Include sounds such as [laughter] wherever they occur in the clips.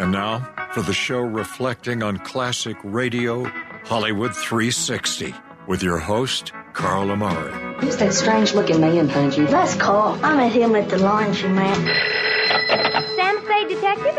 And now for the show reflecting on classic radio, Hollywood 360, with your host, Carl Amari. Who's that strange looking man behind you? That's Carl. I met him at the laundry, man. Sam Spade Detective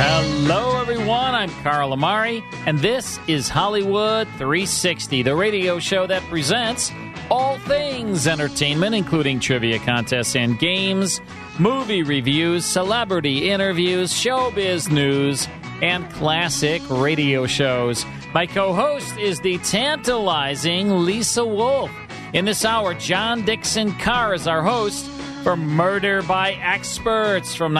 Hello, everyone. I'm Carl Amari, and this is Hollywood 360, the radio show that presents all things entertainment, including trivia contests and games, movie reviews, celebrity interviews, showbiz news, and classic radio shows. My co host is the tantalizing Lisa Wolf. In this hour, John Dixon Carr is our host for Murder by Experts from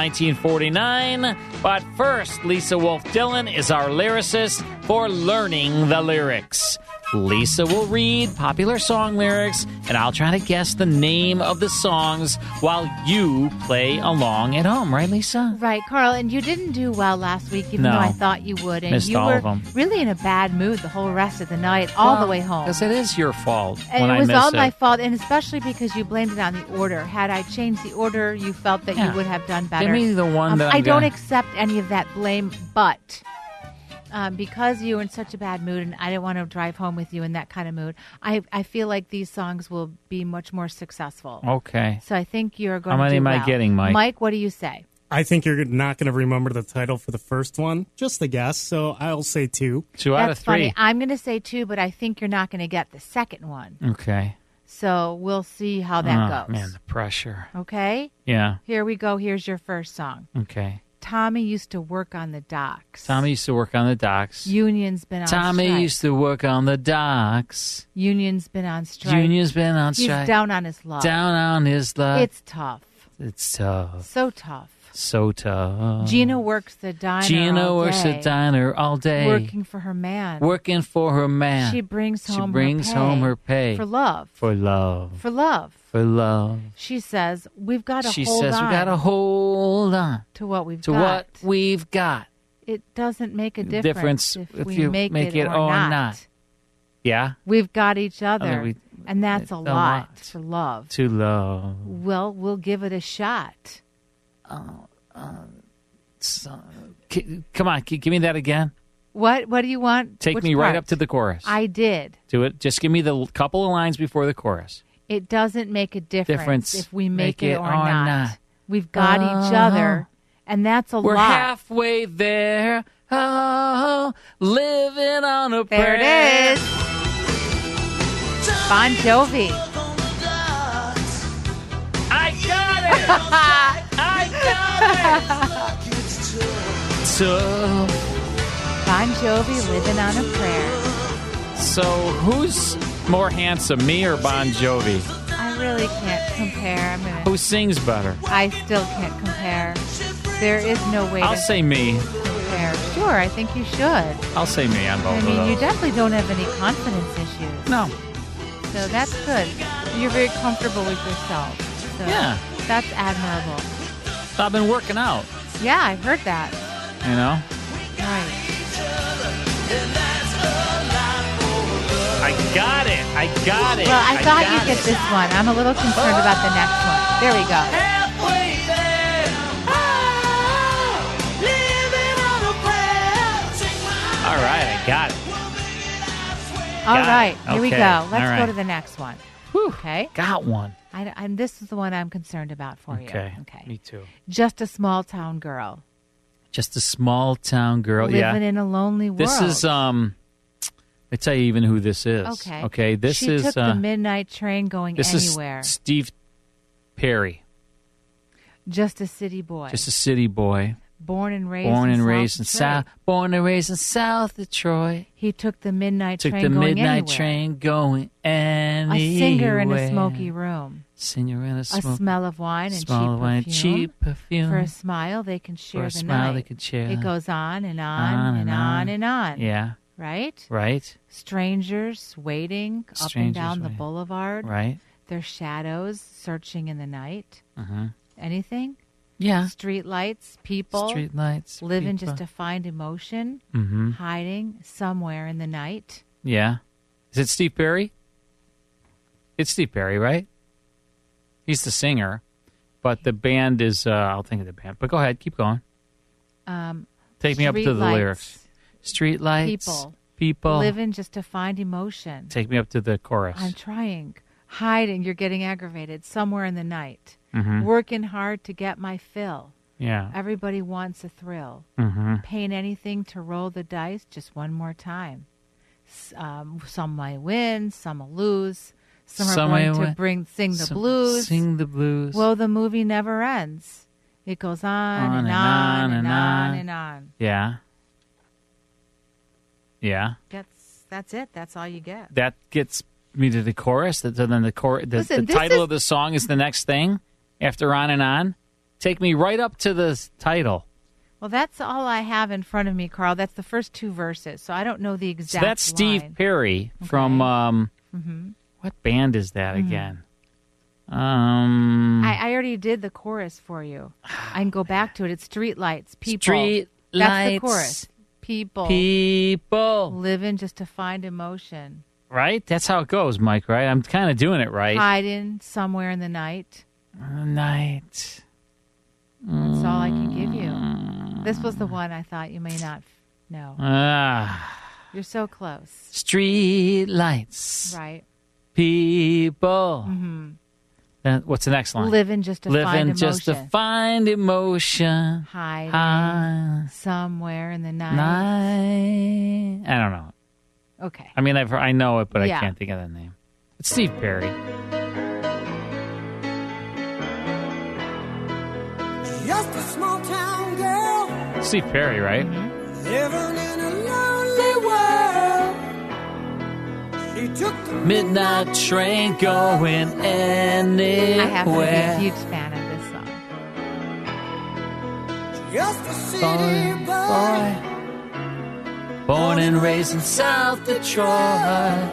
1949. But first, Lisa Wolf Dillon is our lyricist for learning the lyrics. Lisa will read popular song lyrics, and I'll try to guess the name of the songs while you play along at home, right, Lisa? Right, Carl, and you didn't do well last week, even No. though I thought you would. And Missed you all were of 'em. really in a bad mood the whole rest of the night, all the way home. Because it is your fault And when it was I miss all it. my fault, and especially because you blamed it on the order. Had I changed the order, you felt that Yeah. you would have done better. me the one Um, that I'm I don't gonna- accept any of that blame, but um, because you were in such a bad mood, and I didn't want to drive home with you in that kind of mood, I I feel like these songs will be much more successful. Okay. So I think you're going. How to many do am I well. getting, Mike? Mike, what do you say? I think you're not going to remember the title for the first one. Just a guess, so I'll say two. Two out of That's three. funny. I'm going to say two, but I think you're not going to get the second one. Okay. So we'll see how oh, that goes. man, the pressure. Okay. Yeah. Here we go. Here's your first song. Okay. Tommy used to work on the docks. Tommy used to work on the docks. Union's been on Tommy strike. used to work on the docks. Union's been on strike. Junior's been on He's strike. down on his luck. Down on his luck. It's tough. It's tough. So tough. So tough. Gina works the diner. Oh. Gina all works day, at diner all day. Working for her man. Working for her man. She brings She home her brings pay home her pay. For love. For love. For love. For love. She says, We've got to Uh, She hold says on we gotta hold on to what we've to got. what we've got. It doesn't make a Difference difference, if if we you make, make it or, or not. not. Yeah? We've got each other, we- and that's it's a a lot, lot. for love. To love. Well, we'll give it a shot. Uh, So- c- come on, g- give me that again. What What do you want? Take Which me right part? up to the chorus. I did. Do it. Just give me the l- couple of lines before the chorus. It doesn't make a difference, Difference. if we make, Make it, it or, or not. not. We've got each other, and that's a We're lot. halfway there. Oh, living on a there prayer. it is. Bon Jovi. I got it. I got [laughs] it. so, Bon Jovi living on a prayer. so who's more handsome, me or Bon Jovi? I really can't compare. I'm gonna. Who sings better? I still can't compare. There is no way I'll to say me. compare. Sure, I think you should. I'll say me on both I of mean, you those. definitely don't have any confidence issues. no. So that's good. You're very comfortable with yourself. So Yeah. That's admirable. I've been working out, Yeah, I heard that. you know? Right. I got it. I got it. Well, I thought got you'd get it. this one. I'm a little concerned about the next one. There we go. All right, I got it. All Got it. right, here we Okay. go. Let's All right. go to the next one. Okay. Got one. I, and this is the one I'm concerned about for Okay. you. Oh, Okay. Me too. Just a small town girl Just a small town girl. yeah. living in a lonely world. This is um. I tell you even who this is. Okay. Okay. This she is took uh, the midnight train going this anywhere. is Steve Perry, just a city boy, just a city boy, born and raised, born in and South raised in Detroit. South, born and raised in South Detroit. He took the midnight Took train the going midnight anywhere. train going anywhere. A singer in a smoky room, Singer in a a smoky. smell of wine and smell cheap of wine, perfume. cheap perfume. For a smile, they can share a the smile, night. they can share It the- goes on and on, On and and on. on and on. yeah. right? Right. Strangers waiting up and Strangers down the waiting. boulevard. Right. Their shadows searching in the night. Uh-huh. Anything? Yeah. Street lights, people. Street lights, Living just people. to find emotion. Mhm. Hiding somewhere in the night. Yeah. Is it Steve Perry? It's Steve Perry, right? He's the singer, but the band is, uh, I'll think of the band. But go ahead, keep going. Um, Take me up to the streetlights, lyrics. Street lights. People. People. Living just to find emotion. Take me up to the chorus. I'm trying. Hiding. You're getting aggravated. Somewhere in the night. Mhm. Working hard to get my fill. Yeah. Everybody wants a thrill. Mhm. Paying anything to roll the dice just one more time. S- Um, some might win, some will lose. Some are Some going might to win. bring sing the Some- blues. sing the blues. Well, the movie never ends. It goes on, and, on, and on and on. Yeah. Yeah. That's that's it. That's all you get. That gets me to the chorus. That then the chor- the, Listen, the this title is- of the song is the next thing after on and on. Take me right up to the s- title. Well, that's all I have in front of me, Carl. That's the first two verses, so I don't know the exact. so that's Steve Perry from um hmm what band is that Mhm. again? Um I, I already did the chorus for you. I can go back to it. It's street lights, people. Ah, Street that's the lights, chorus. People, people living just to find emotion, right? That's how it goes, Mike, right? I'm kind of doing it right. hiding somewhere in the night. Night. That's all I can give Mm. you. This was the one I thought you may not f- know. Ah. You're so close, Street lights. right? People. Mm-hmm. Then what's the next line? Living just to Living find just to emotion. find emotion. Hiding Hi. somewhere in the night. Night. I don't know. Okay. I mean, I've I know it, but Yeah. I can't think of the name. It's Steve Perry. Just a small town girl Steve Perry, right? Mm-hmm. living in a lonely world. She took the Midnight train going anywhere. I happen to be a huge fan of this song. just a city boy. Born and raised in South Detroit.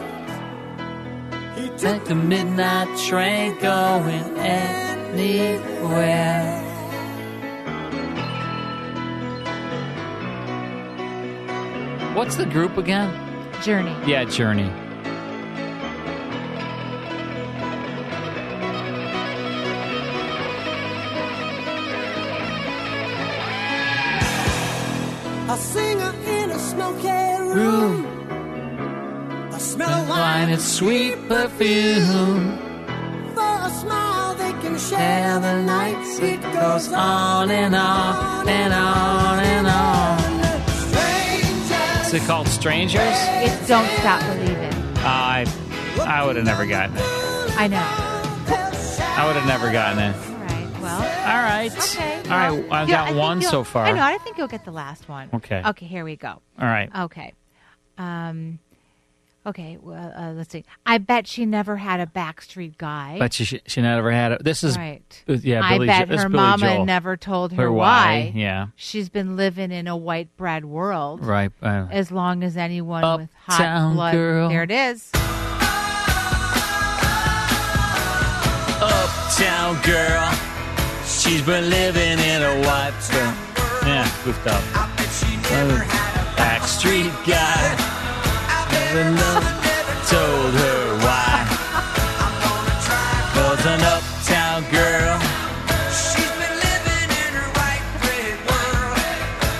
He took the midnight train going anywhere. What's the group again? Journey. Yeah, Journey. A singer in a smoky room. Room, A smell of wine wine and sweet perfume. for a smile they can share And the the night. nights it goes on and on and on and on. Is it called Strangers? It's Don't Stop Believing. I, I would have never gotten it. I know. I would have never gotten it. All right. Well. All right. Okay. All right, well, I've yeah, I got think one you'll- so far. I know. I think you'll get the last one. Okay. Okay. Here we go. All right. Okay. Um. Okay. Well, uh, let's see. I bet she never had a Backstreet guy. But she, she she never had it. This is Right. uh, Yeah, I Billy. bet Jo- it's her Billy mama Joel. never told her Her why. why, yeah. She's been living in a white bread world. Right, uh, as long as anyone with hot Uptown blood. girl. There it is. Uptown girl. She's been living in a white world. Yeah, goofed up. Backstreet guy. Never know- told her why. Was an uptown girl. She's been living in her white bread world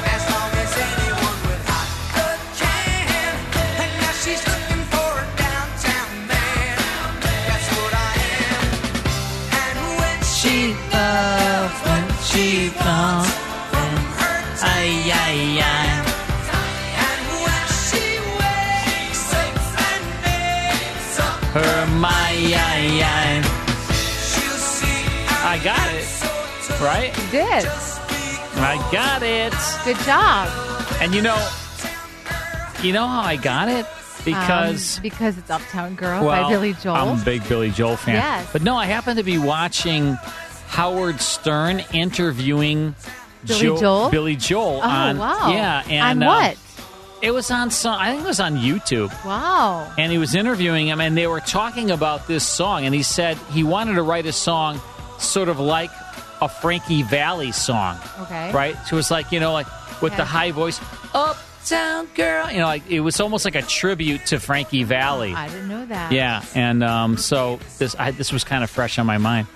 as long as anyone with hot blood can. And now she's looking for a downtown man. That's what I am. And when She loves when she comes from her. Ay, ay, ay. and when she wakes up and makes up, Her my ay, ay. she'll see I got it. Right? You did. I got it. Good job. And you know, you know how I got it? Because. Um, because it's Uptown Um, Girl well, by Billy Joel. I'm a big Billy Joel fan. Yes. But no, I happen to be watching Howard Stern interviewing Billy Jo- Joel? Billy Joel oh on wow. yeah, on and uh, what? It was on some. I think it was on YouTube. Wow. And he was interviewing him, and they were talking about this song, and he said he wanted to write a song sort of like a Frankie Valley song. Okay. Right? So it's like, you know, like with Okay. the high voice, Uptown Girl. You know, like it was almost like a tribute to Frankie Valley. I didn't know that. Yeah, and um, so this I, this was kind of fresh on my mind.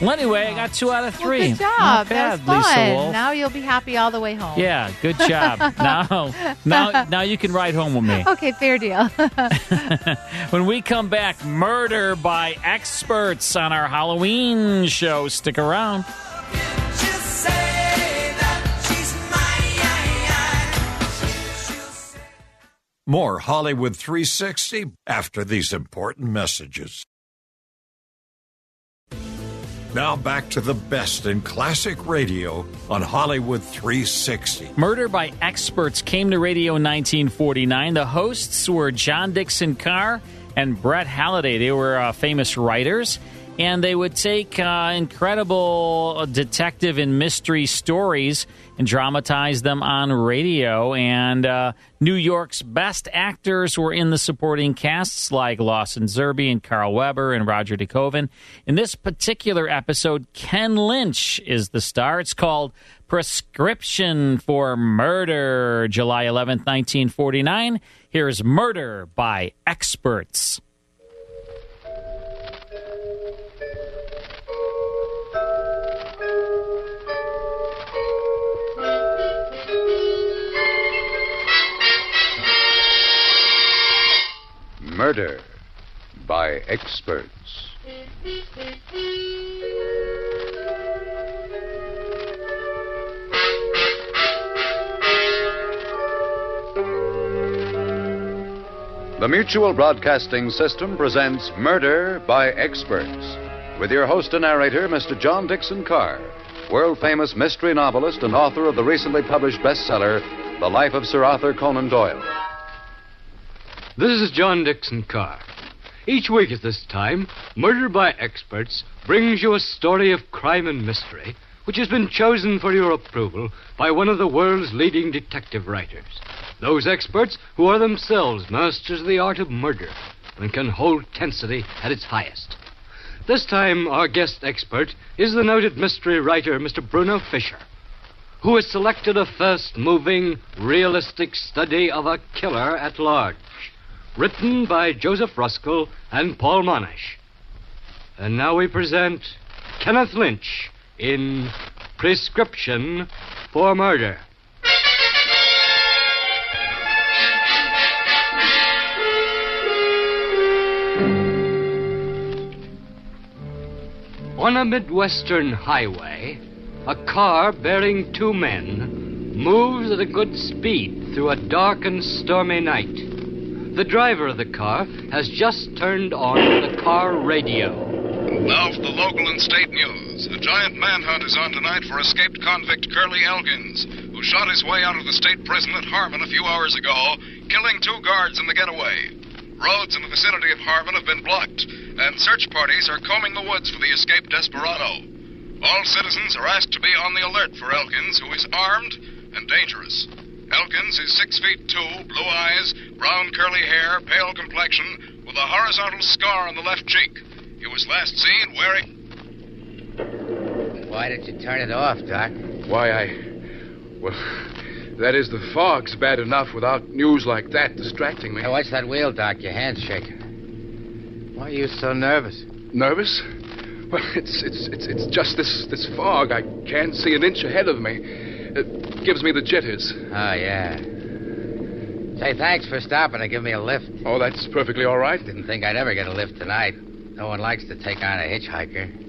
Well, anyway, I got two out of three. Good job. Not That bad, was fun. Lisa Wolf. Now you'll be happy all the way home. yeah, good job. [laughs] now, now, now you can ride home with me. Okay, fair deal. [laughs] [laughs] When we come back, murder by experts on our Halloween show. Stick around. More Hollywood 360 after these important messages. Now back to the best in classic radio on Hollywood 360. Murder by Experts came to radio in 1949. The hosts were John Dixon Carr and Brett Halliday. They were uh, famous writers, and they would take uh, incredible uh, detective and mystery stories and dramatize them on radio. And uh, New York's best actors were in the supporting casts, like Lawson Zerbe and Carl Weber and Roger DeCoven. In this particular episode, Ken Lynch is the star. It's called Prescription for Murder, July 11th, 1949. Here's Murder by Experts. Murder by experts. The Mutual Broadcasting System presents Murder by Experts with your host and narrator, Mr. John Dixon Carr, world famous mystery novelist and author of the recently published bestseller, The Life of Sir Arthur Conan Doyle. This is John Dixon Carr. Each week at this time, Murder by Experts brings you a story of crime and mystery which has been chosen for your approval by one of the world's leading detective writers. Those experts who are themselves masters of the art of murder and can hold tensity at its highest. This time, our guest expert is the noted mystery writer, Mr. Bruno Fisher who has selected a fast moving, realistic study of a killer at large, written by Joseph Ruskell and Paul Monash. And now we present Kenneth Lynch in Prescription for Murder. On a Midwestern highway, a car bearing two men moves at a good speed through a dark and stormy night. The driver of the car has just turned on the car radio. Now for the local and state news. A giant manhunt is on tonight for escaped convict Curly Elkins, who shot his way out of the state prison at Harmon a few hours ago, killing two guards in the getaway. Roads in the vicinity of Harmon have been blocked, and search parties are combing the woods for the escaped desperado. All citizens are asked to be on the alert for Elkins, who is armed and dangerous. Elkins is six feet two, blue eyes, brown curly hair, pale complexion, with a horizontal scar on the left cheek. He was last seen wearing. Why did you turn it off, Doc? Why, I. Well, that is, the fog's bad enough without news like that distracting me. Hey, watch that wheel, Doc. Your hand's shaking. Why are you so nervous? Nervous? Well, it's, it's, it's, it's just this, this fog. I can't see an inch ahead of me. It gives me the jitters. Oh, yeah. Say, thanks for stopping and giving me a lift. Oh, that's perfectly all right. Didn't think I'd ever get a lift tonight. No one likes to take on a hitchhiker.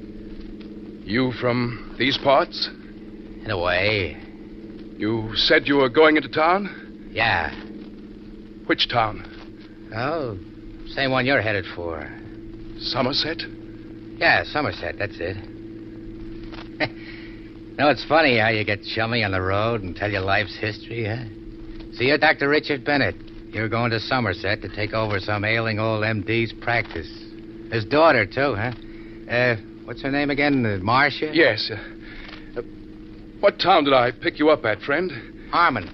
You from these parts? In a way. You said you were going into town? Yeah. Which town? Oh, same one you're headed for. Somerset? Yeah, Somerset, that's it. [laughs] no, it's funny how you get chummy on the road and tell your life's history, huh? So you're Dr. Richard Bennett. You're going to Somerset to take over some ailing old MD's practice. His daughter, too, huh? Uh, what's her name again? Uh, Marcia? Yes. Uh, what town did I pick you up at, friend? Harmon.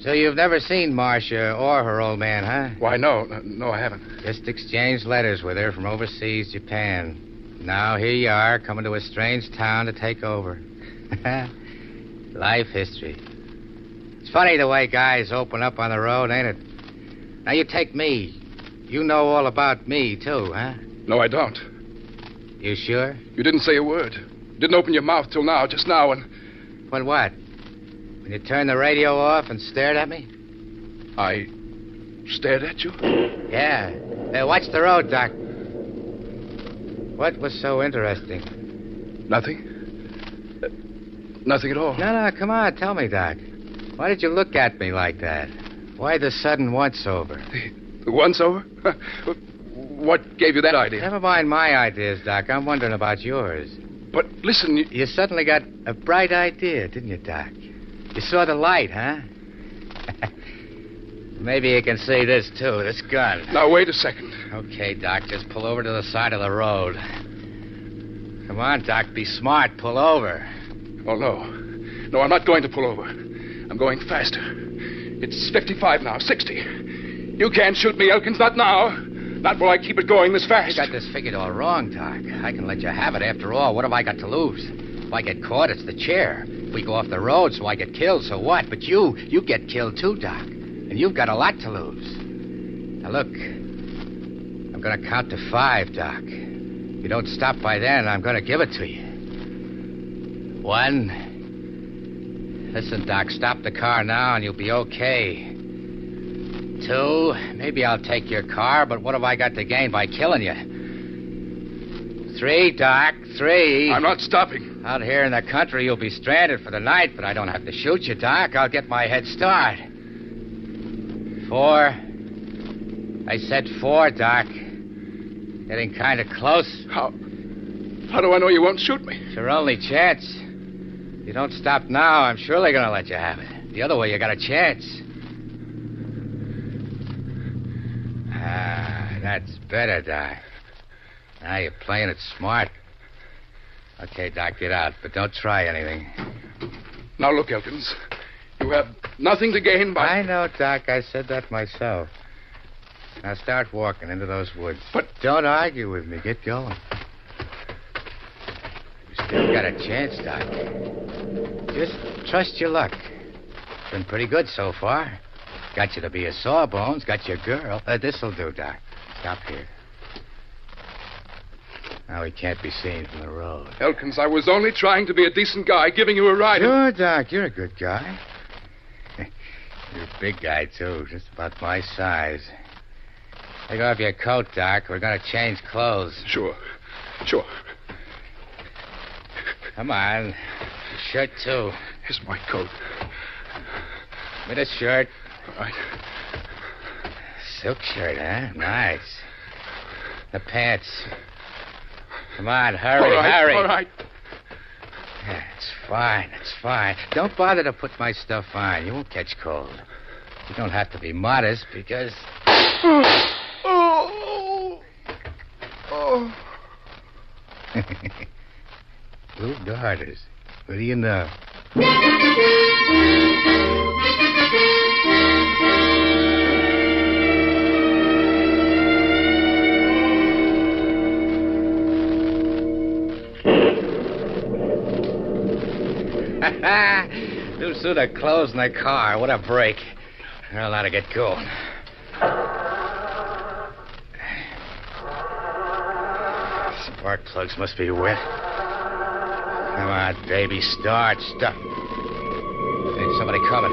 So you've never seen Marcia or her old man, huh? Why, no. No, I haven't. Just exchanged letters with her from overseas, Japan. Now here you are, coming to a strange town to take over. [laughs] Life history. It's funny the way guys open up on the road, ain't it? Now you take me. You know all about me, too, huh? No, I don't. You sure? You didn't say a word. Didn't open your mouth till now, just now, and. When what? When you turned the radio off and stared at me? I stared at you? Yeah. Hey, watch the road, Doc. What was so interesting? Nothing. Uh, nothing at all. No, no, come on, tell me, Doc. Why did you look at me like that? Why the sudden once over? Once over? [laughs] what gave you that idea? Never mind my ideas, Doc. I'm wondering about yours. But listen, you... you suddenly got a bright idea, didn't you, Doc? You saw the light, huh? Maybe you can see this, too, this gun. Now, wait a second. Okay, Doc, just pull over to the side of the road. Come on, Doc, be smart. Pull over. Oh, no. No, I'm not going to pull over. I'm going faster. It's 55 now, 60. You can't shoot me, Elkins, not now. Not while I keep it going this You fast. got this figured all wrong, Doc. I can let you have it after all. What have I got to lose? If I get caught, it's the chair. If we go off the road, so I get killed, so what? But you, you get killed too, Doc. And you've got a lot to lose. Now look, I'm gonna count to five, Doc. If you don't stop by then, I'm gonna give it to you. One. Listen, Doc, stop the car now and you'll be okay. Two, maybe I'll take your car, but what have I got to gain by killing you? Three, Doc, three. I'm not stopping. Out here in the country, you'll be stranded for the night, but I don't have to shoot you, Doc. I'll get my head start. Four. I said four, Doc. Getting kind of close. How? How do I know you won't shoot me? It's your only chance. If you don't stop now, I'm surely going to let you have it. The other way, you got a chance. Ah, that's better, Doc. Now you're playing it smart. Okay, Doc, get out, but don't try anything. Now look, Elkins. You have nothing to gain by. I know, Doc. I said that myself. Now start walking into those woods. But- don't argue with me. Get going. You still got a chance, Doc. Just trust your luck. Been pretty good so far. Got you to be a sawbones. Got your girl. Uh, this'll do, Doc. Stop here. Now he can't be seen from the road. Elkins, I was only trying to be a decent guy, giving you a ride. Sure, Doc. You're a good guy. [laughs] You're a big guy, too, just about my size. Take off your coat, Doc. We're going to change clothes. Sure. Sure. Come on. Your shirt, too. Here's my coat. With a shirt. All right. Silk shirt, huh? Nice. The pants. Come on, hurry, all right. hurry. All right. Yeah, It's fine, it's fine. Don't bother to put my stuff on. You won't catch cold. You don't have to be modest because. Oh. Oh. Blue Darters. What do you know? New suit of clothes in the car. What a break. Well, now to get going. Spark plugs must be wet. Come on, baby, start, stop. Ain't somebody coming.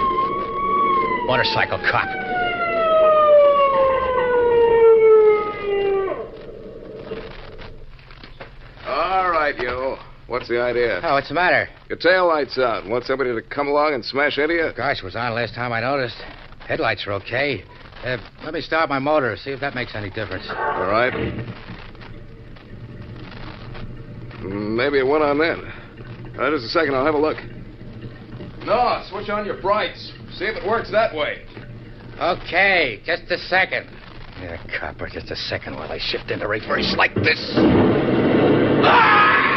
Motorcycle cop. All right, yo. What's the idea? Oh, what's the matter? Your tail lights out. Want somebody to come along and smash into you? Gosh, was on last time I noticed. Headlights are okay. Uh, let me start my motor, see if that makes any difference. All right. Mm, Maybe it went on then. Uh, just a second. I'll have a look. No, switch on your brights. See if it works that way. Okay, just a second. Yeah, copper, just a second while I shift into reverse like this. Ah!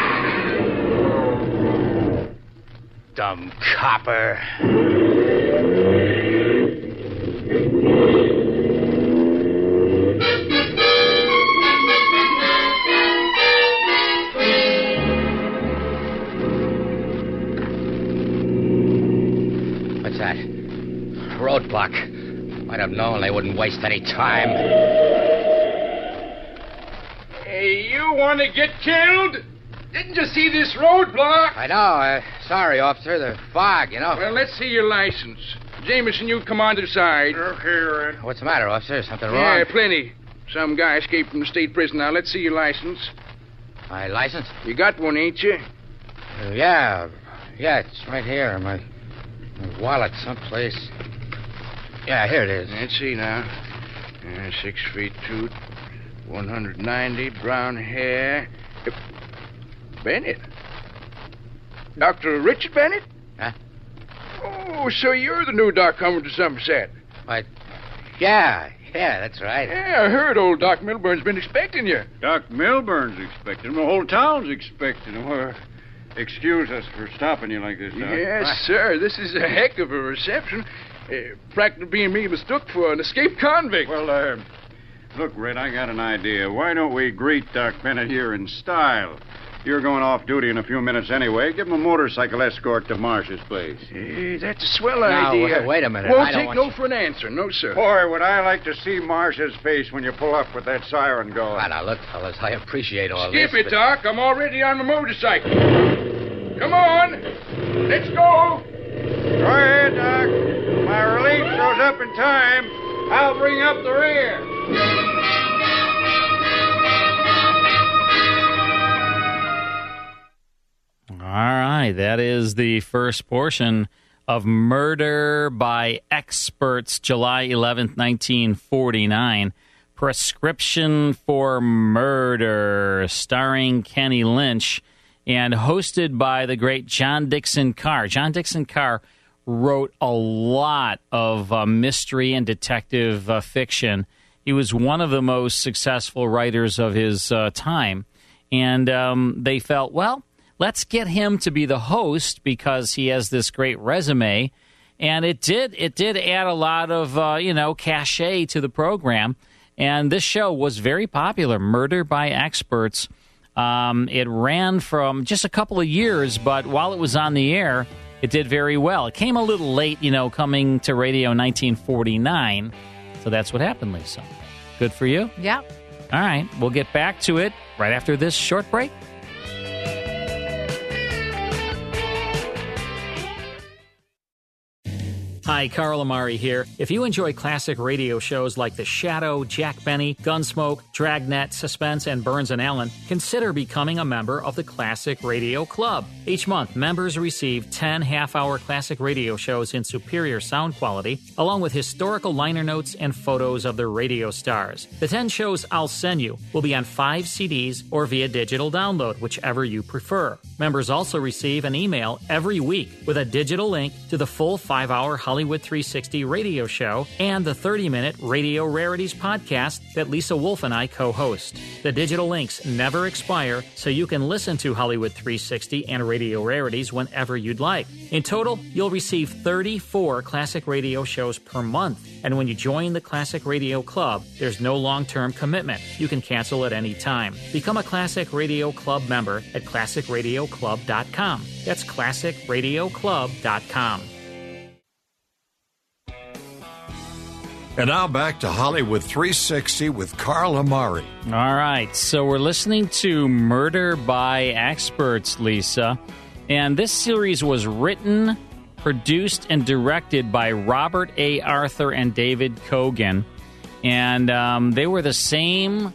Dumb copper. What's that? Roadblock. Might have known they wouldn't waste any time. Hey, you want to get killed? Didn't you see this roadblock? I know. Uh, sorry, officer. The fog, you know. Well, let's see your license. Jameson, you come on to the side. Okay, What's the matter, officer? Something Yeah, wrong? plenty. Some guy escaped from the state prison. Now, let's see your license. My license? You got one, ain't you? Uh, yeah. Yeah, it's right here. in My, my wallet, someplace. Yeah, here it is. Let's see now. Uh, six feet two, 190, brown hair. Uh, Bennett? Dr. Richard Bennett? Huh? Oh, so you're the new doc coming to Somerset. What? Yeah, yeah, that's right. Yeah, I heard old Doc Milburn's been expecting you. Doc Milburn's expecting him. The whole town's expecting him. Well, excuse us for stopping you like this, Doc. Yes, sir. This is a heck of a reception. Uh, practically being me mistook for an escaped convict. Well, uh, Look, Red, I got an idea. Why don't we greet Doc Bennett here in style? You're going off duty in a few minutes anyway. Give him a motorcycle escort to Marsh's place. Uh, that's a swell Now, idea. wait- wait a minute. Won't I don't take want no for an answer, no, sir. Boy, would I like to see Marsh's face when you pull up with that siren going. Well, now, look, fellas, I appreciate all Skip this. it, Doc. I'm already on the motorcycle. Come on. Let's go. Go ahead, Doc. My relief shows up in time. I'll bring up the rear. All right, that is the first portion of Murder by Experts, July 11th, 1949. Prescription for Murder, starring Kenny Lynch and hosted by the great John Dixon Carr. John Dixon Carr wrote a lot of uh, mystery and detective uh, fiction. He was one of the most successful writers of his uh, time. And um, they felt, well, let's get him to be the host because he has this great resume. And it did it did add a lot of uh, you know cachet to the program. And this show was very popular, Murder by Experts. Um, it ran from just a couple of years, but while it was on the air, it did very well. It came a little late, you know, coming to radio in 1949. So that's what happened, Lisa. Good for you. Yeah. All right, we'll get back to it right after this short break. Hi, Carl Amari here. If you enjoy classic radio shows like The Shadow, Jack Benny, Gunsmoke, Dragnet, Suspense, and Burns and Allen, consider becoming a member of the Classic Radio Club. Each month, members receive 10 half hour classic radio shows in superior sound quality, along with historical liner notes and photos of the radio stars. The 10 shows I'll send you will be on five CDs or via digital download, whichever you prefer. Members also receive an email every week with a digital link to the full five hour Hollywood 360 radio show and the 30 minute Radio Rarities podcast that Lisa Wolf and I co host. The digital links never expire, so you can listen to Hollywood 360 and Radio Rarities whenever you'd like. In total, you'll receive 34 classic radio shows per month. And when you join the Classic Radio Club, there's no long term commitment. You can cancel at any time. Become a Classic Radio Club member at classicradioclub.com. That's classicradioclub.com. And now back to Hollywood 360 with Carl Amari. All right, so we're listening to Murder by Experts, Lisa. And this series was written, produced, and directed by Robert A. Arthur and David Kogan. And um, they were the same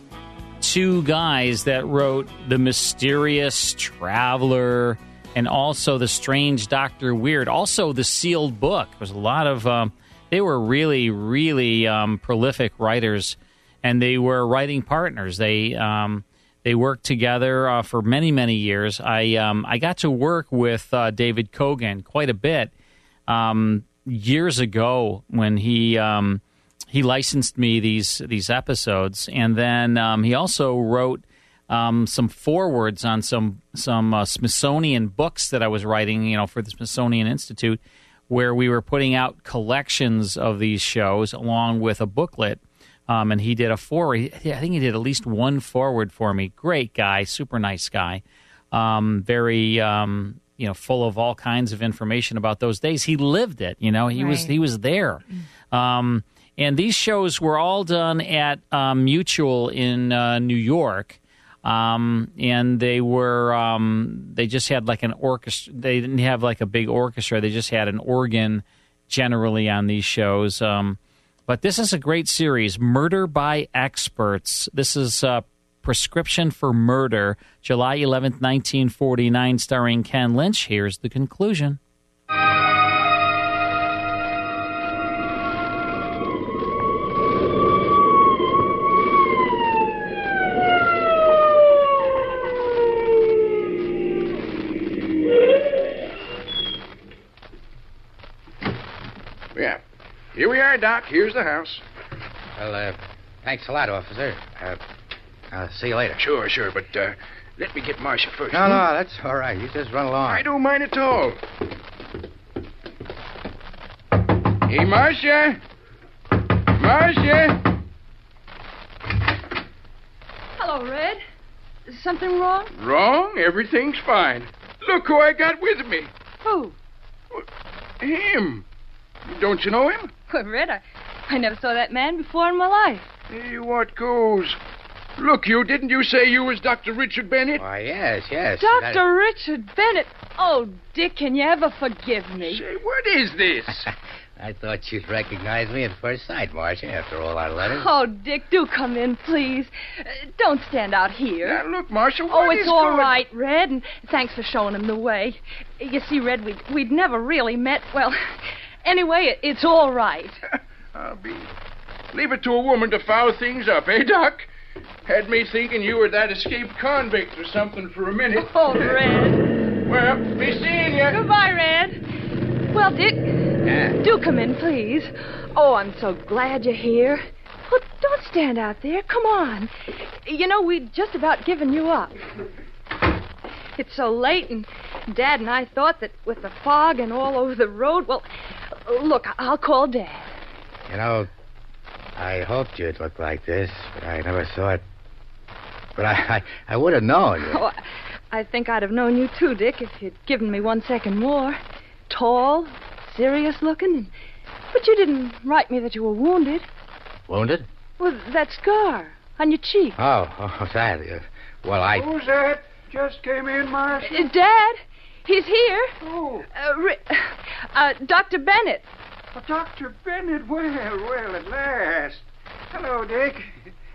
two guys that wrote The Mysterious Traveler and also The Strange Doctor Weird, also The Sealed Book. There was a lot of, um, they were really, really um, prolific writers and they were writing partners. They, um, they worked together uh, for many, many years. I, um, I got to work with uh, David Kogan quite a bit um, years ago when he um, he licensed me these these episodes, and then um, he also wrote um, some forewords on some some uh, Smithsonian books that I was writing, you know, for the Smithsonian Institute. where we were putting out collections of these shows along with a booklet. Um, and he did a forward. he- I think he did at least one forward for me. Great guy, super nice guy. Um, very, um, you know, full of all kinds of information about those days. He lived it. You know, he was Right. he was there. Um, and these shows were all done at um, Mutual in uh, New York. Um, and they were, um, they just had like an orchestra. They didn't have like a big orchestra. They just had an organ generally on these shows. Um, but this is a great series, Murder by Experts. This is uh, Prescription for Murder, July 11th, 1949, starring Ken Lynch. Here's the conclusion. Yeah. Here we are, Doc. Here's the house. Well, uh, thanks a lot, officer. Uh, I'll see you later. Sure, sure, but uh, let me get Marcia first. No, no, that's all right. You just run along. I don't mind at all. Hey, Marcia! Marcia! Hello, Red. Is something wrong? Wrong? Everything's fine. Look who I got with me. Who? Him. Don't you know him? Well, Red, I, I never saw that man before in my life. Hey, what goes? Look, you didn't you say you was Dr. Richard Bennett? Why, yes, yes. Dr. Richard Bennett. Oh, Dick, can you ever forgive me? Say, [laughs] what is this? [laughs] I thought you'd recognize me at first sight, Marcia, after all our letters. Oh, Dick, do come in, please. Uh, don't stand out here. Now, look, Marshal. Oh, what it's is all going- right, Red, and thanks for showing him the way. You see, Red, we'd, we'd never really met. Well, [laughs] anyway, it, it's [laughs] all right. I'll be. Leave it to a woman to foul things up, eh, Doc? Had me thinking you were that escaped convict or something for a [laughs] minute. Oh, Red. Well, be seeing you. Goodbye, Red. Well, Dick, do come in, please. Oh, I'm so glad you're here. Well, don't stand out there. Come on. You know, we'd just about given you up. It's so late, and Dad and I thought that with the fog and all over the road, well, look, I'll call Dad. You know, I hoped you'd look like this, but I never saw it. But I, I, I would have known you. Oh, I think I'd have known you too, Dick, if you'd given me one second more. Tall, serious looking, and. But you didn't write me that you were wounded. Wounded? Well, that scar on your cheek. Oh, oh that. uh, well, I. Who's that? Just came in, Marshal. Uh, Dad, he's here. Oh. Uh, Ri- uh, Dr. Bennett. Dr. Bennett, well, well, at last. Hello, Dick.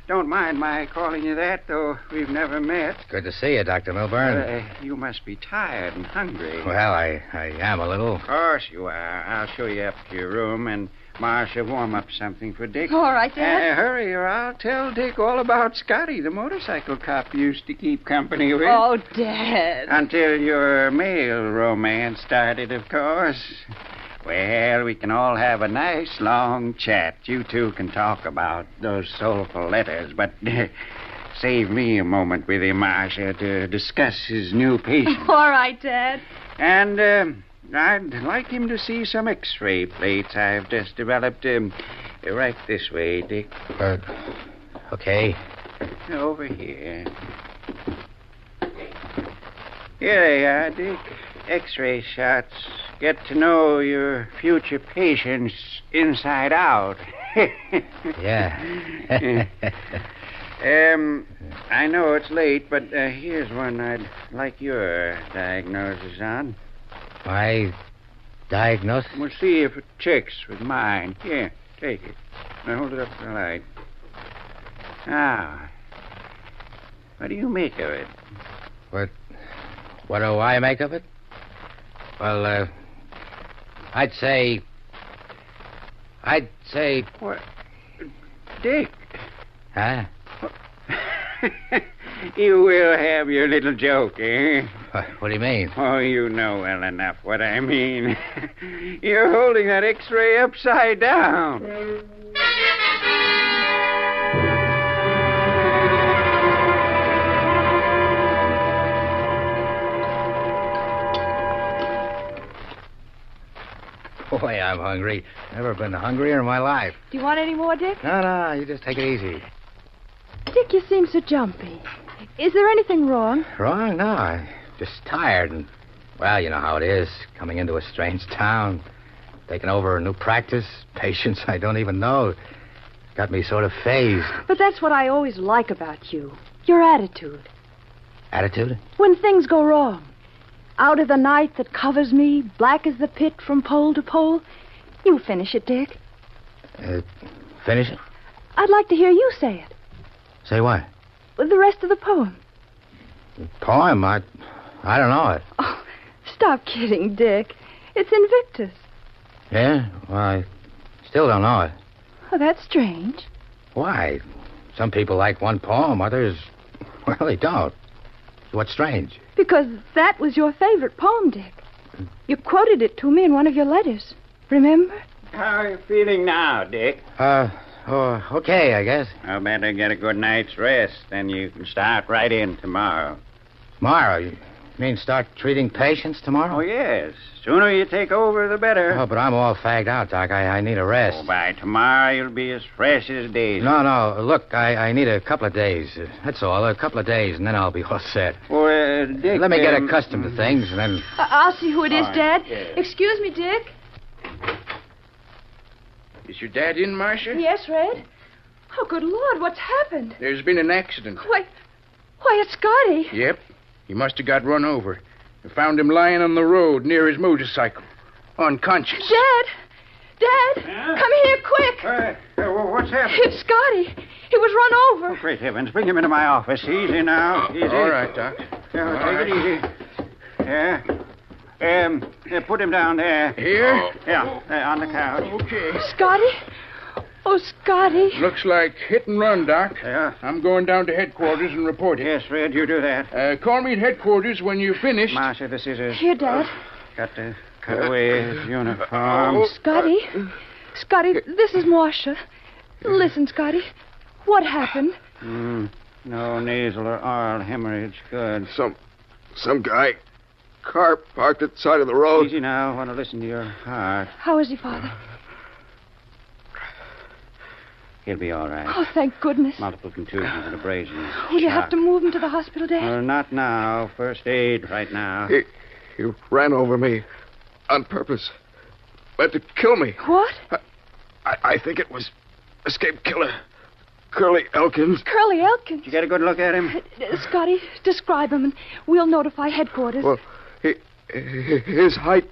Don't mind my calling you that, though we've never met. Good to see you, Dr. Milburn. Uh, you must be tired and hungry. well, I, I am a little. Of course you are. I'll show you up to your room, and Marcia, warm up something for Dick. All right, Dad. Uh, hurry, or I'll tell Dick all about Scotty, the motorcycle cop you used to keep company with. Oh, Dad. Until your male romance started, of course. Well, we can all have a nice long chat. You two can talk about those soulful letters, but [laughs] save me a moment with him, Marcia, to discuss his new patient. [laughs] All right, Dad. And uh, I'd like him to see some x ray plates I've just developed. Um, right this way, Dick. okay. Over here. Here they are, Dick. X ray shots. Get to know your future patients inside out. [laughs] [laughs] Yeah. um, I know it's late, but uh, here's one I'd like your diagnosis on. My diagnosis? We'll see if it checks with mine. Here, take it. Now hold it up to the light. Now, what do you make of it? What, what do I make of it? Well, uh, I'd say. I'd say. What? Dick. Huh? [laughs] You will have your little joke, eh? What do you mean? Oh, you know well enough what I mean. [laughs] You're holding that x ray upside down. Oh. Boy, I'm hungry. Never been hungrier in my life. Do you want any more, Dick? No, no, you just take it easy. Dick, you seem so jumpy. Is there anything wrong? Wrong? No, I'm just tired and, well, you know how it is. Coming into a strange town, taking over a new practice, [laughs] patients I don't even know. Got me sort of phased. But that's what I always like about you your attitude. Attitude? When things go wrong, out of the night that covers me, black as the pit from pole to pole, you finish it, Dick. Uh, finish it? I'd like to hear you say it Say what? with the rest of the poem. Poem? I, I don't know it. Stop kidding, Dick. It's Invictus. Yeah? Well, I still don't know it. Oh, that's strange. Why? Some people like one poem, others, [laughs] well, they don't. What's strange? Because that was your favorite poem, Dick. You quoted it to me in one of your letters. Remember? How are you feeling now, Dick? Uh, oh, okay, I guess. I better get a good night's rest, then you can start right in tomorrow. Tomorrow? You mean start treating patients tomorrow? Oh, yes. Sooner you take over, the better. Oh, but I'm all fagged out, Doc. I, I need a rest. Oh, by tomorrow you'll be as fresh as daisy. No, no. Look, I, I need a couple of days. Uh, That's all. A couple of days, and then I'll be [laughs] all set. Well, uh, Dick. Let me get um, accustomed to things, and then. I- I'll see who it is, Fine, Dad. yes. Excuse me, Dick. Is your dad in, Marcia? Yes, Red? Oh, good Lord, what's happened? There's been an accident. Why, why, it's Scotty. Yep. He must have got run over. They found him lying on the road near his motorcycle. Unconscious. Dad! Dad! Come here, quick! what's happened? It's Scotty. He was run over. Great heavens, bring him into my office. Easy now. Easy. All right, Doc. Yeah, All take right. it easy. Yeah. Um, yeah, put him down there. Here? Yeah, there, on the couch. Okay. Scotty? Oh, Scotty. Looks like hit and run, Doc. Yeah. I'm going down to headquarters and report it. Yes, Red, you do that. Uh, call me at headquarters when you're finished. Marcia, the scissors. Here, Dad. Got to cut away his uniform. Scotty? Scotty, this is Marcia. Listen, Scotty. What happened? Hmm. No nasal or oral hemorrhage. Good. Some, some guy, car parked at the side of the road. Easy now. want to listen to your heart. How is he, Father? He'll be all right. Oh, thank goodness. Multiple contusions and abrasions. Oh, Will you have Shock. to move him to the hospital, Dad? Well, not now. First aid right now. He, he ran over me on purpose. Meant to kill me. What? I, I think it was escape killer Curly Elkins. Curly Elkins. Did you get a good look at him? Uh, Scotty, describe him, and we'll notify headquarters. Well, he, he- his height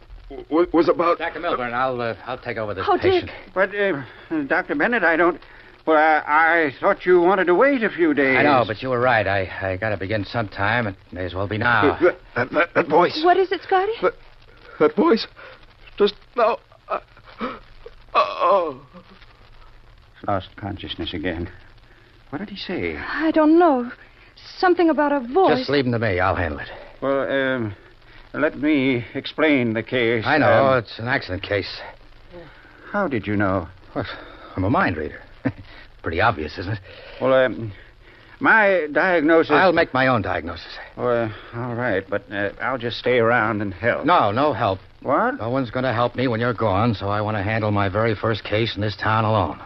w- was about. Dr. Milburn, I'll, uh, I'll take over this oh, patient. Dick. But, uh, Dr. Bennett, I don't. Well, I, I thought you wanted to wait a few days. I know, but you were right. I, I got to begin sometime. It may as well be now. That, that, that, that voice. What is it, Scotty? That, that voice. Just now. Uh, oh. Lost consciousness again. What did he say? I don't know. Something about a voice. Just leave him to me. I'll handle it. Well, um, let me explain the case. I know. Um, it's an accident case. [laughs] how did you know? Well, I'm a mind reader. [laughs] Pretty obvious, isn't it? Well, um, my diagnosis. I'll make my own diagnosis. Well, all right, but uh, I'll just stay around and help. No, no help. What? No one's going to help me when you're gone, so I want to handle my very first case in this town alone.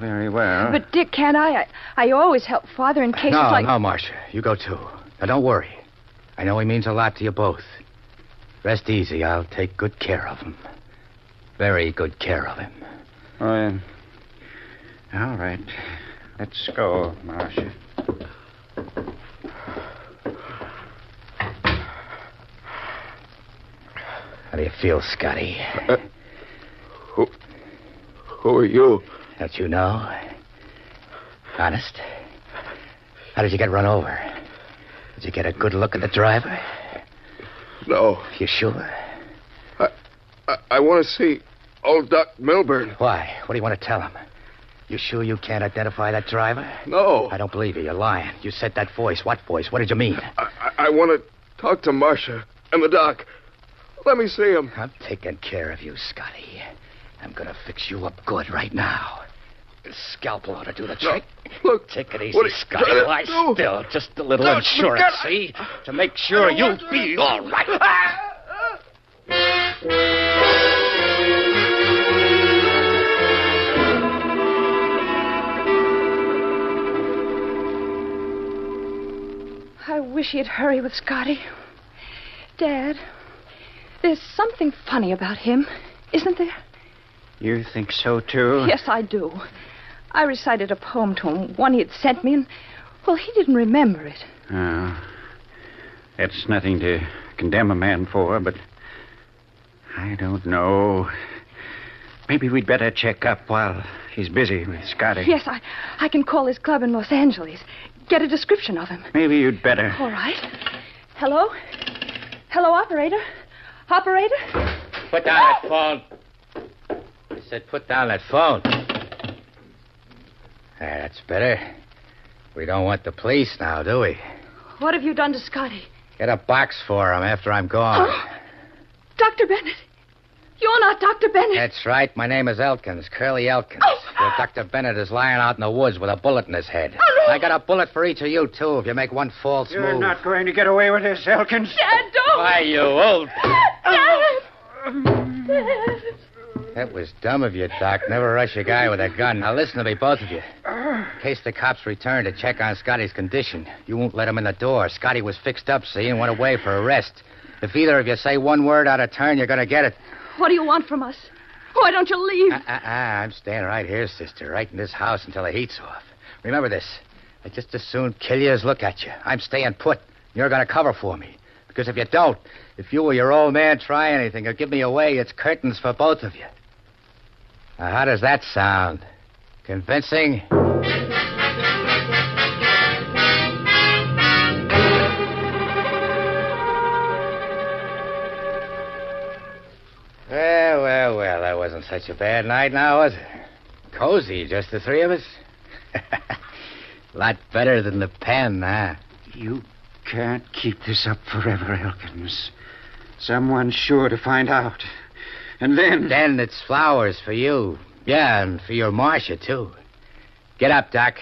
Very well. But Dick, can't I? I, I always help Father in cases no, like. no, Marcia. You go too. Now, don't worry. I know he means a lot to you both. Rest easy. I'll take good care of him. Very good care of him. Well, all right. Let's go, Marcia. How do you feel, Scotty? Uh, Who are you? Don't you know? Honest? How did you get run over? Did you get a good look at the driver? No. You sure? I, I, I want to see old Doc Milburn. Why? What do you want to tell him? You sure you can't identify that driver? No. I don't believe you. You're lying. You said that voice. What voice? What did you mean? I, I, I want to talk to Marcia and the doc. Let me see him. I'm taking care of you, Scotty. I'm going to fix you up good right now. This scalpel ought to do the No, trick. look. Take it easy, what are you Scotty. gonna Lie do? still. Just a little No, insurance, you gotta- see? To make sure you'll be all right. Ah! wish he'd hurry with Scotty. Dad, there's something funny about him, isn't there? You think so, too? Yes, I do. I recited a poem to him, one he had sent me, and, well, he didn't remember it. Oh. That's nothing to condemn a man for, but I don't know. Maybe we'd better check up while he's busy with Scotty. Yes, I, I can call his club in Los Angeles, get a description of him. Maybe you'd better. All right. Hello? Hello, operator? Operator? Put down that phone. I said, put down that phone. Ah, that's better. We don't want the police now, do we? What have you done to Scotty? Get a box for him after I'm gone. Dr. Bennett. You're not Dr. Bennett. That's right. My name is Elkins, Curly Elkins. Well, Dr. Bennett is lying out in the woods with a bullet in his head. I got a bullet for each of you, too, if you make one false You're move. not going to get away with this, Elkins. Dad, don't. Why, you old. Oh. Dad! Dad! That was dumb of you, Doc. Never rush a guy with a gun. Now listen to me, both of you. In case the cops return to check on Scotty's condition, you won't let him in the door. Scotty was fixed up, see, and went away for a rest. If either of you say one word out of turn, you're going to get it. What do you want from us? Oh, Why don't you leave? Uh-uh, I'm staying right here, sister, right in this house until the heat's off. Remember this. I just as soon kill you as look at you. I'm staying put. You're going to cover for me. Because if you don't, if you or your old man try anything or give me away, it's curtains for both of you. Now, how does that sound? Convincing? Well, well, well, that wasn't such a bad night now, was it? Cozy, just the three of us. Lot better than the pen, huh? You can't keep this up forever, Elkins. Someone's sure to find out. And then. Then it's flowers for you. Yeah, and for your Marcia, too. Get up, Doc.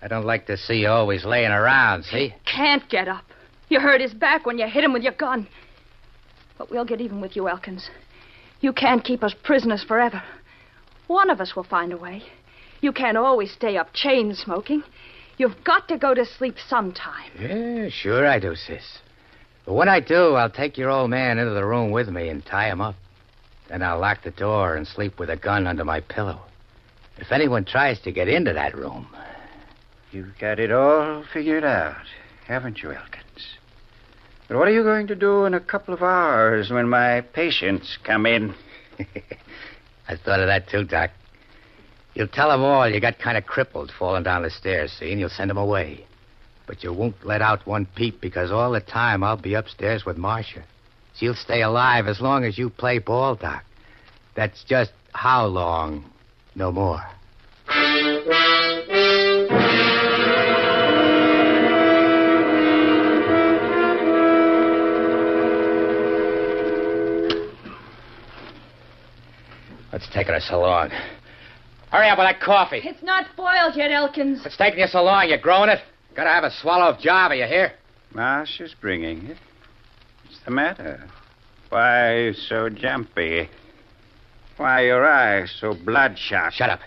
I don't like to see you always laying around, see? Can't get up. You hurt his back when you hit him with your gun. But we'll get even with you, Elkins. You can't keep us prisoners forever. One of us will find a way. You can't always stay up chain smoking. You've got to go to sleep sometime. Yeah, sure I do, sis. But when I do, I'll take your old man into the room with me and tie him up. Then I'll lock the door and sleep with a gun under my pillow. If anyone tries to get into that room. You got it all figured out, haven't you, Elkins? But what are you going to do in a couple of hours when my patients come in? I thought of that too, Doc. You'll tell them all you got kind of crippled falling down the stairs, see, and you'll send them away. But you won't let out one peep because all the time I'll be upstairs with Marcia. She'll stay alive as long as you play ball, Doc. That's just how long, no more. What's taking us so long? Hurry up with that coffee. It's not boiled yet, Elkins. It's taking you so long. You're growing it. Gotta have a swallow of Java. You hear? Marcia's bringing it. What's the matter? Why so jumpy? Why your eyes so bloodshot? Shut up.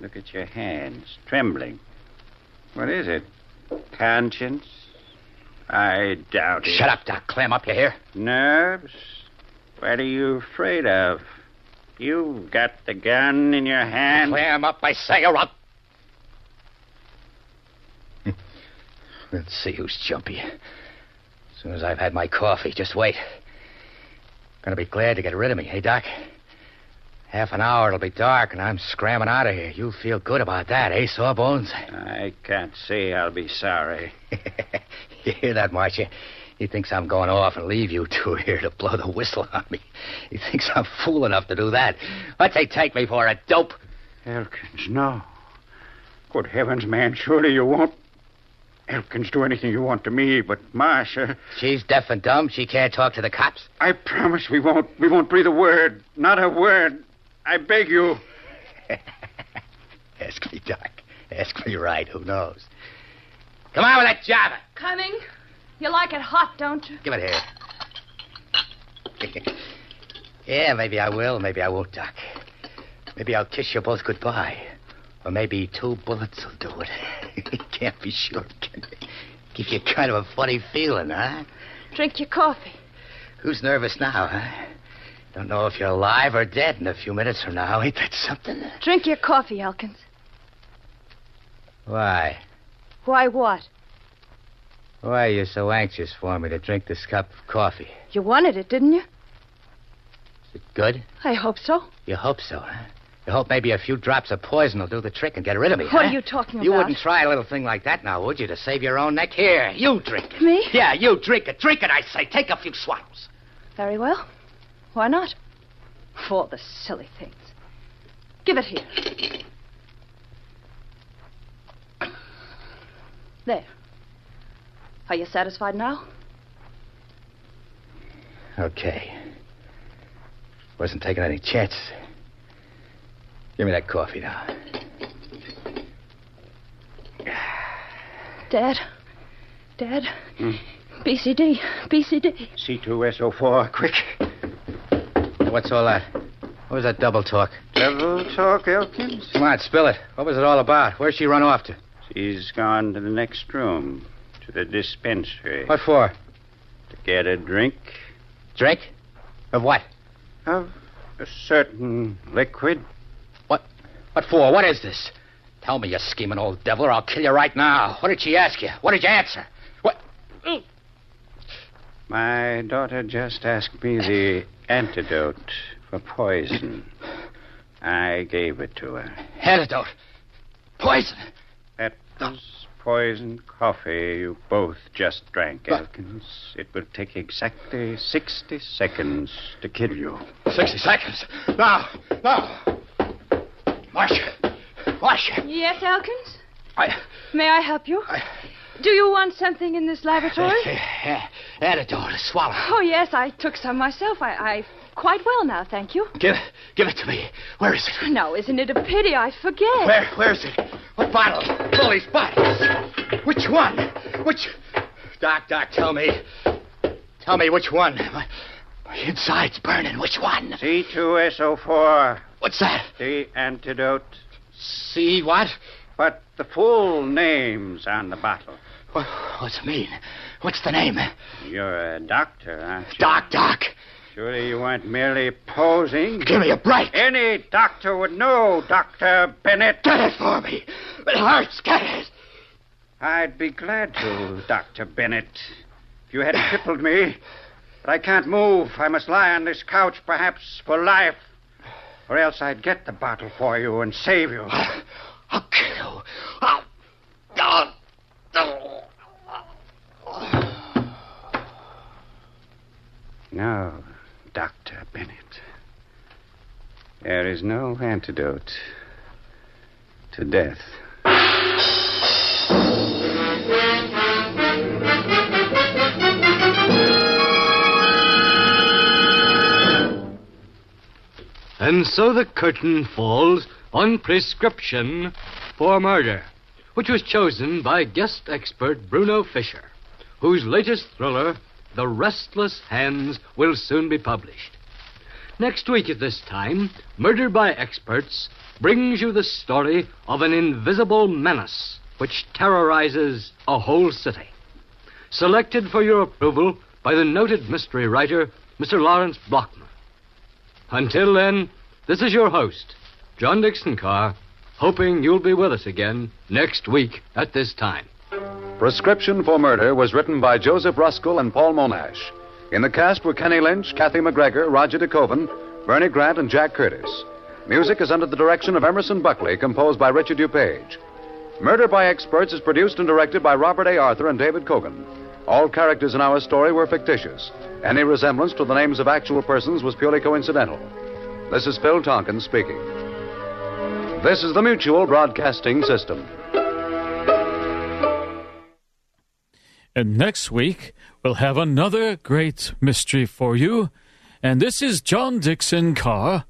Look at your hands, trembling. What is it? Conscience? I doubt it. Shut up, Doc. Clam up. You hear? Nerves? What are you afraid of? You've got the gun in your hand. Clam up, I say, or I'll. Let's see who's jumpy. As soon as I've had my coffee, just wait. Gonna be glad to get rid of me, hey, Doc? Half an hour, it'll be dark, and I'm scramming out of here. You'll feel good about that, eh, Sawbones? I can't say I'll be sorry. [laughs] You hear that, Marcia? He thinks I'm going off and leave you two [laughs] here to blow the whistle on me. He thinks I'm fool enough to do that. What's he take me for, a dope? Elkins, no. Good heavens, man, surely you won't. Elkins, do anything you want to me, but Marcia, She's deaf and dumb. She can't talk to the cops. I promise we won't. We won't breathe a word. Not a word. I beg you. Ask me, Doc. Ask me right. Who knows? Come on with that Java. Coming? You like it hot, don't you? Give it here. [laughs] yeah, maybe I will, maybe I won't, Doc. Maybe I'll kiss you both [laughs] goodbye. Or maybe two bullets will do it. Can't be sure, can, Gives you kind of a funny feeling, huh? Drink your coffee. Who's nervous now, huh? Don't know if you're alive or dead in a few minutes from now. Ain't that something? Drink your coffee, Elkins. Why? Why what? Why are you so anxious for me to drink this cup of coffee? You wanted it, didn't you? Good? I hope so. You hope so, huh? You hope maybe a few drops of poison will do the trick and get rid of me, What huh? are you talking You about? wouldn't try a little thing like that now, would you, to save your own neck? Here, you drink it. Me? Yeah, you drink it. Drink it, I say. Take a few swallows. Very well. Why not? For the silly things. Give it here. There. Are you satisfied now? Okay. Wasn't taking any chances. Give me that coffee now. Dad? Dad? BCD. BCD. C2SO4, oh quick. What's all that? What was that double talk? Devil talk, Elkins? Come on, spill it. What was it all about? Where'd she run off to? She's gone to the next room, to the dispensary, What for? to get a drink Drink? Of what? of a certain liquid. What for? What is this? Tell me, you scheming old devil, or I'll kill you right now. What did she ask you? What did you answer? My daughter just asked me the antidote for poison. I gave it to her. Antidote. Poison. That was poison coffee you both just drank, Elkins. It will take exactly 60 seconds to kill you. Ah! 60 seconds. Now, now. Marcia. Marcia. Yes, Elkins? I, May I help you? Do you want something in [laughs] this laboratory? antidote. Swallow. Oh, yes, I took some myself. I, I quite well now, thank you. Give, give it to me. Where is it? Now, isn't it a pity? I forget. Where, where is it? What bottle? All these bottles. Which one? Which? Doc, Doc, tell me. Tell me which one. My, my inside's burning. Which one? C2SO4. What's that? The antidote. See what? But the full name's on the bottle. What, what's it mean? What's the name? You're a doctor, aren't you? Doc, Doc. Surely you weren't merely posing. Give me a break. Any doctor would know, Dr. Bennett. Get it for me. It hurts. Get it. I'd be glad to, Dr. Bennett, if you hadn't crippled me. But I can't move. I must lie on this couch, perhaps for life. Or else I'd get the bottle for you and save you. I'll kill you. I'll. I'll... I'll... No, Dr. Bennett. There is no antidote to death. And so the curtain falls on prescription for murder, which was chosen by guest expert Bruno Fisher, whose latest thriller, The Restless Hands, will soon be published. Next week at this time, Murder by Experts brings you the story of an invisible menace which terrorizes a whole city. Selected for your approval by the noted mystery writer, Mr. Lawrence Block. Until then, this is your host, John Dixon Carr, hoping you'll be with us again next week at this time. Prescription for Murder was written by Joseph Ruskell and Paul Monash. In the cast were Kenny Lynch, Kathy McGregor, Roger DeCoven, Bernie Grant, and Jack Curtis. Music is under the direction of Emerson Buckley, composed by Richard DuPage. Murder by Experts is produced and directed by Robert A. Arthur and David Cogan. All characters in our story were fictitious. Any resemblance to the names of actual persons was purely coincidental. This is Phil Tonkin speaking. This is the Mutual Broadcasting System. And next week, we'll have another great mystery for you. And this is John Dixon Carr,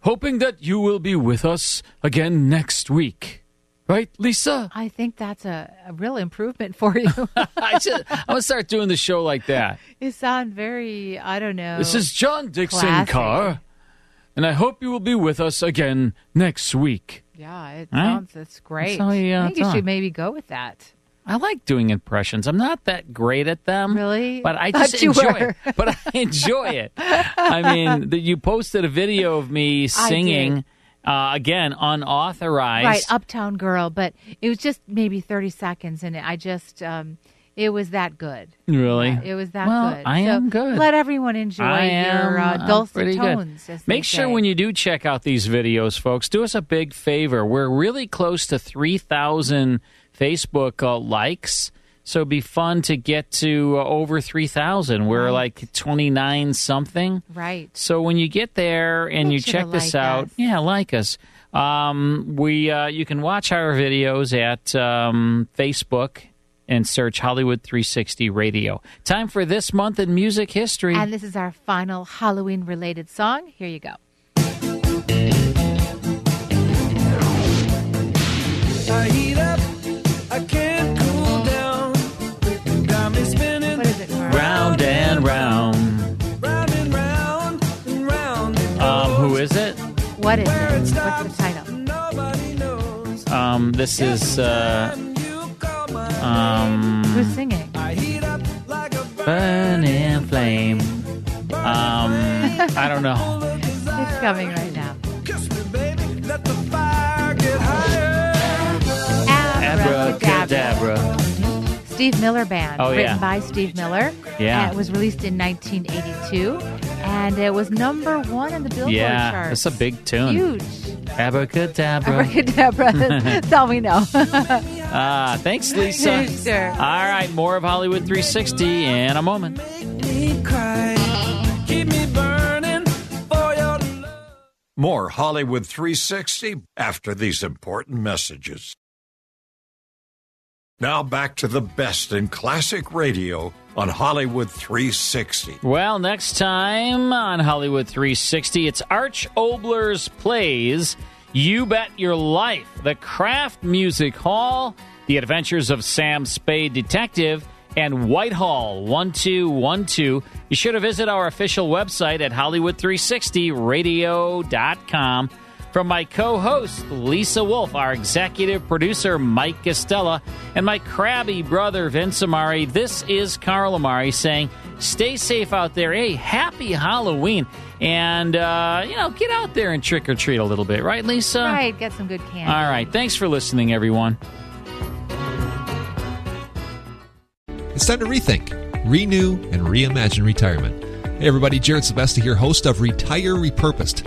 hoping that you will be with us again next week. Right, [laughs] Lisa? I think that's a, a real improvement for you. [laughs] [laughs] I should, I'm going to start doing the show like that. you sound very, I don't know. This is John Dixon classy. Carr, and I hope you will be with us again next week. Yeah, it Right? sounds, it's great. how you, uh, I think you talk. should maybe go with that. I like doing impressions. I'm not that great at them. Really? But [laughs] I Thought just you enjoy were. it. But I enjoy it. I mean, the, you posted a video of me [laughs] I did. singing, uh, again, unauthorized. Right, Uptown Girl, but it was just maybe 30 seconds, and I just, um, it was that good. Really? Yeah, it was that Well, good. I So am good. Let everyone enjoy I am. your uh, I'm dulcet pretty good. tones. as they Make sure say. when you do check out these videos, folks, do us a big favor. We're really close to 3,000 Facebook uh, likes. So it'd be fun to get to uh, over 3,000. We're like 29 something. Right. So when you get there and Make you sure to check this like out, us. yeah, like us. Um, we uh, you can watch our videos at um, Facebook and search Hollywood 360 Radio. Time for this month in music history. And this is our final Halloween related song. Here you go. I heat up, I can't cool down. Got me spinning round and round. round and round and round. Um, who is it? What is it? What's the title? Um, this is. Uh, um, Who's singing? Burning flame. Um, I don't know. It's coming right now. Abracadabra. Steve Miller Band, Oh, written yeah. by Steve Miller. Yeah. And it was released in 1982, and it was number one on the [laughs] Billboard Yeah, chart. that's a big tune. Huge. Abracadabra. [laughs] [laughs] Abracadabra. That's all we know. Ah, thanks, Lisa. Sure. All right, more of Hollywood 360 in a moment. Keep me burning for your More Hollywood 360 after these important messages. Now back to the best in classic radio on Hollywood 360. Well, next time on Hollywood 360, it's Arch Obler's Plays You Bet Your Life, The Kraft Music Hall, The Adventures of Sam Spade Detective, and Whitehall 1212. Be sure to visit our official website at Hollywood360radio.com. From my co host, Lisa Wolf, our executive producer, Mike Costella, and my crabby brother, Vince Amari, this is Carl Amari saying, stay safe out there. Hey, happy Halloween. And, uh, you know, get out there and trick or treat a little bit, right, Lisa? right, get some good candy. All right. Thanks for listening, everyone. It's time to rethink, renew, and reimagine retirement. Hey, everybody, Jared Sebesta here, host of Retire Repurposed.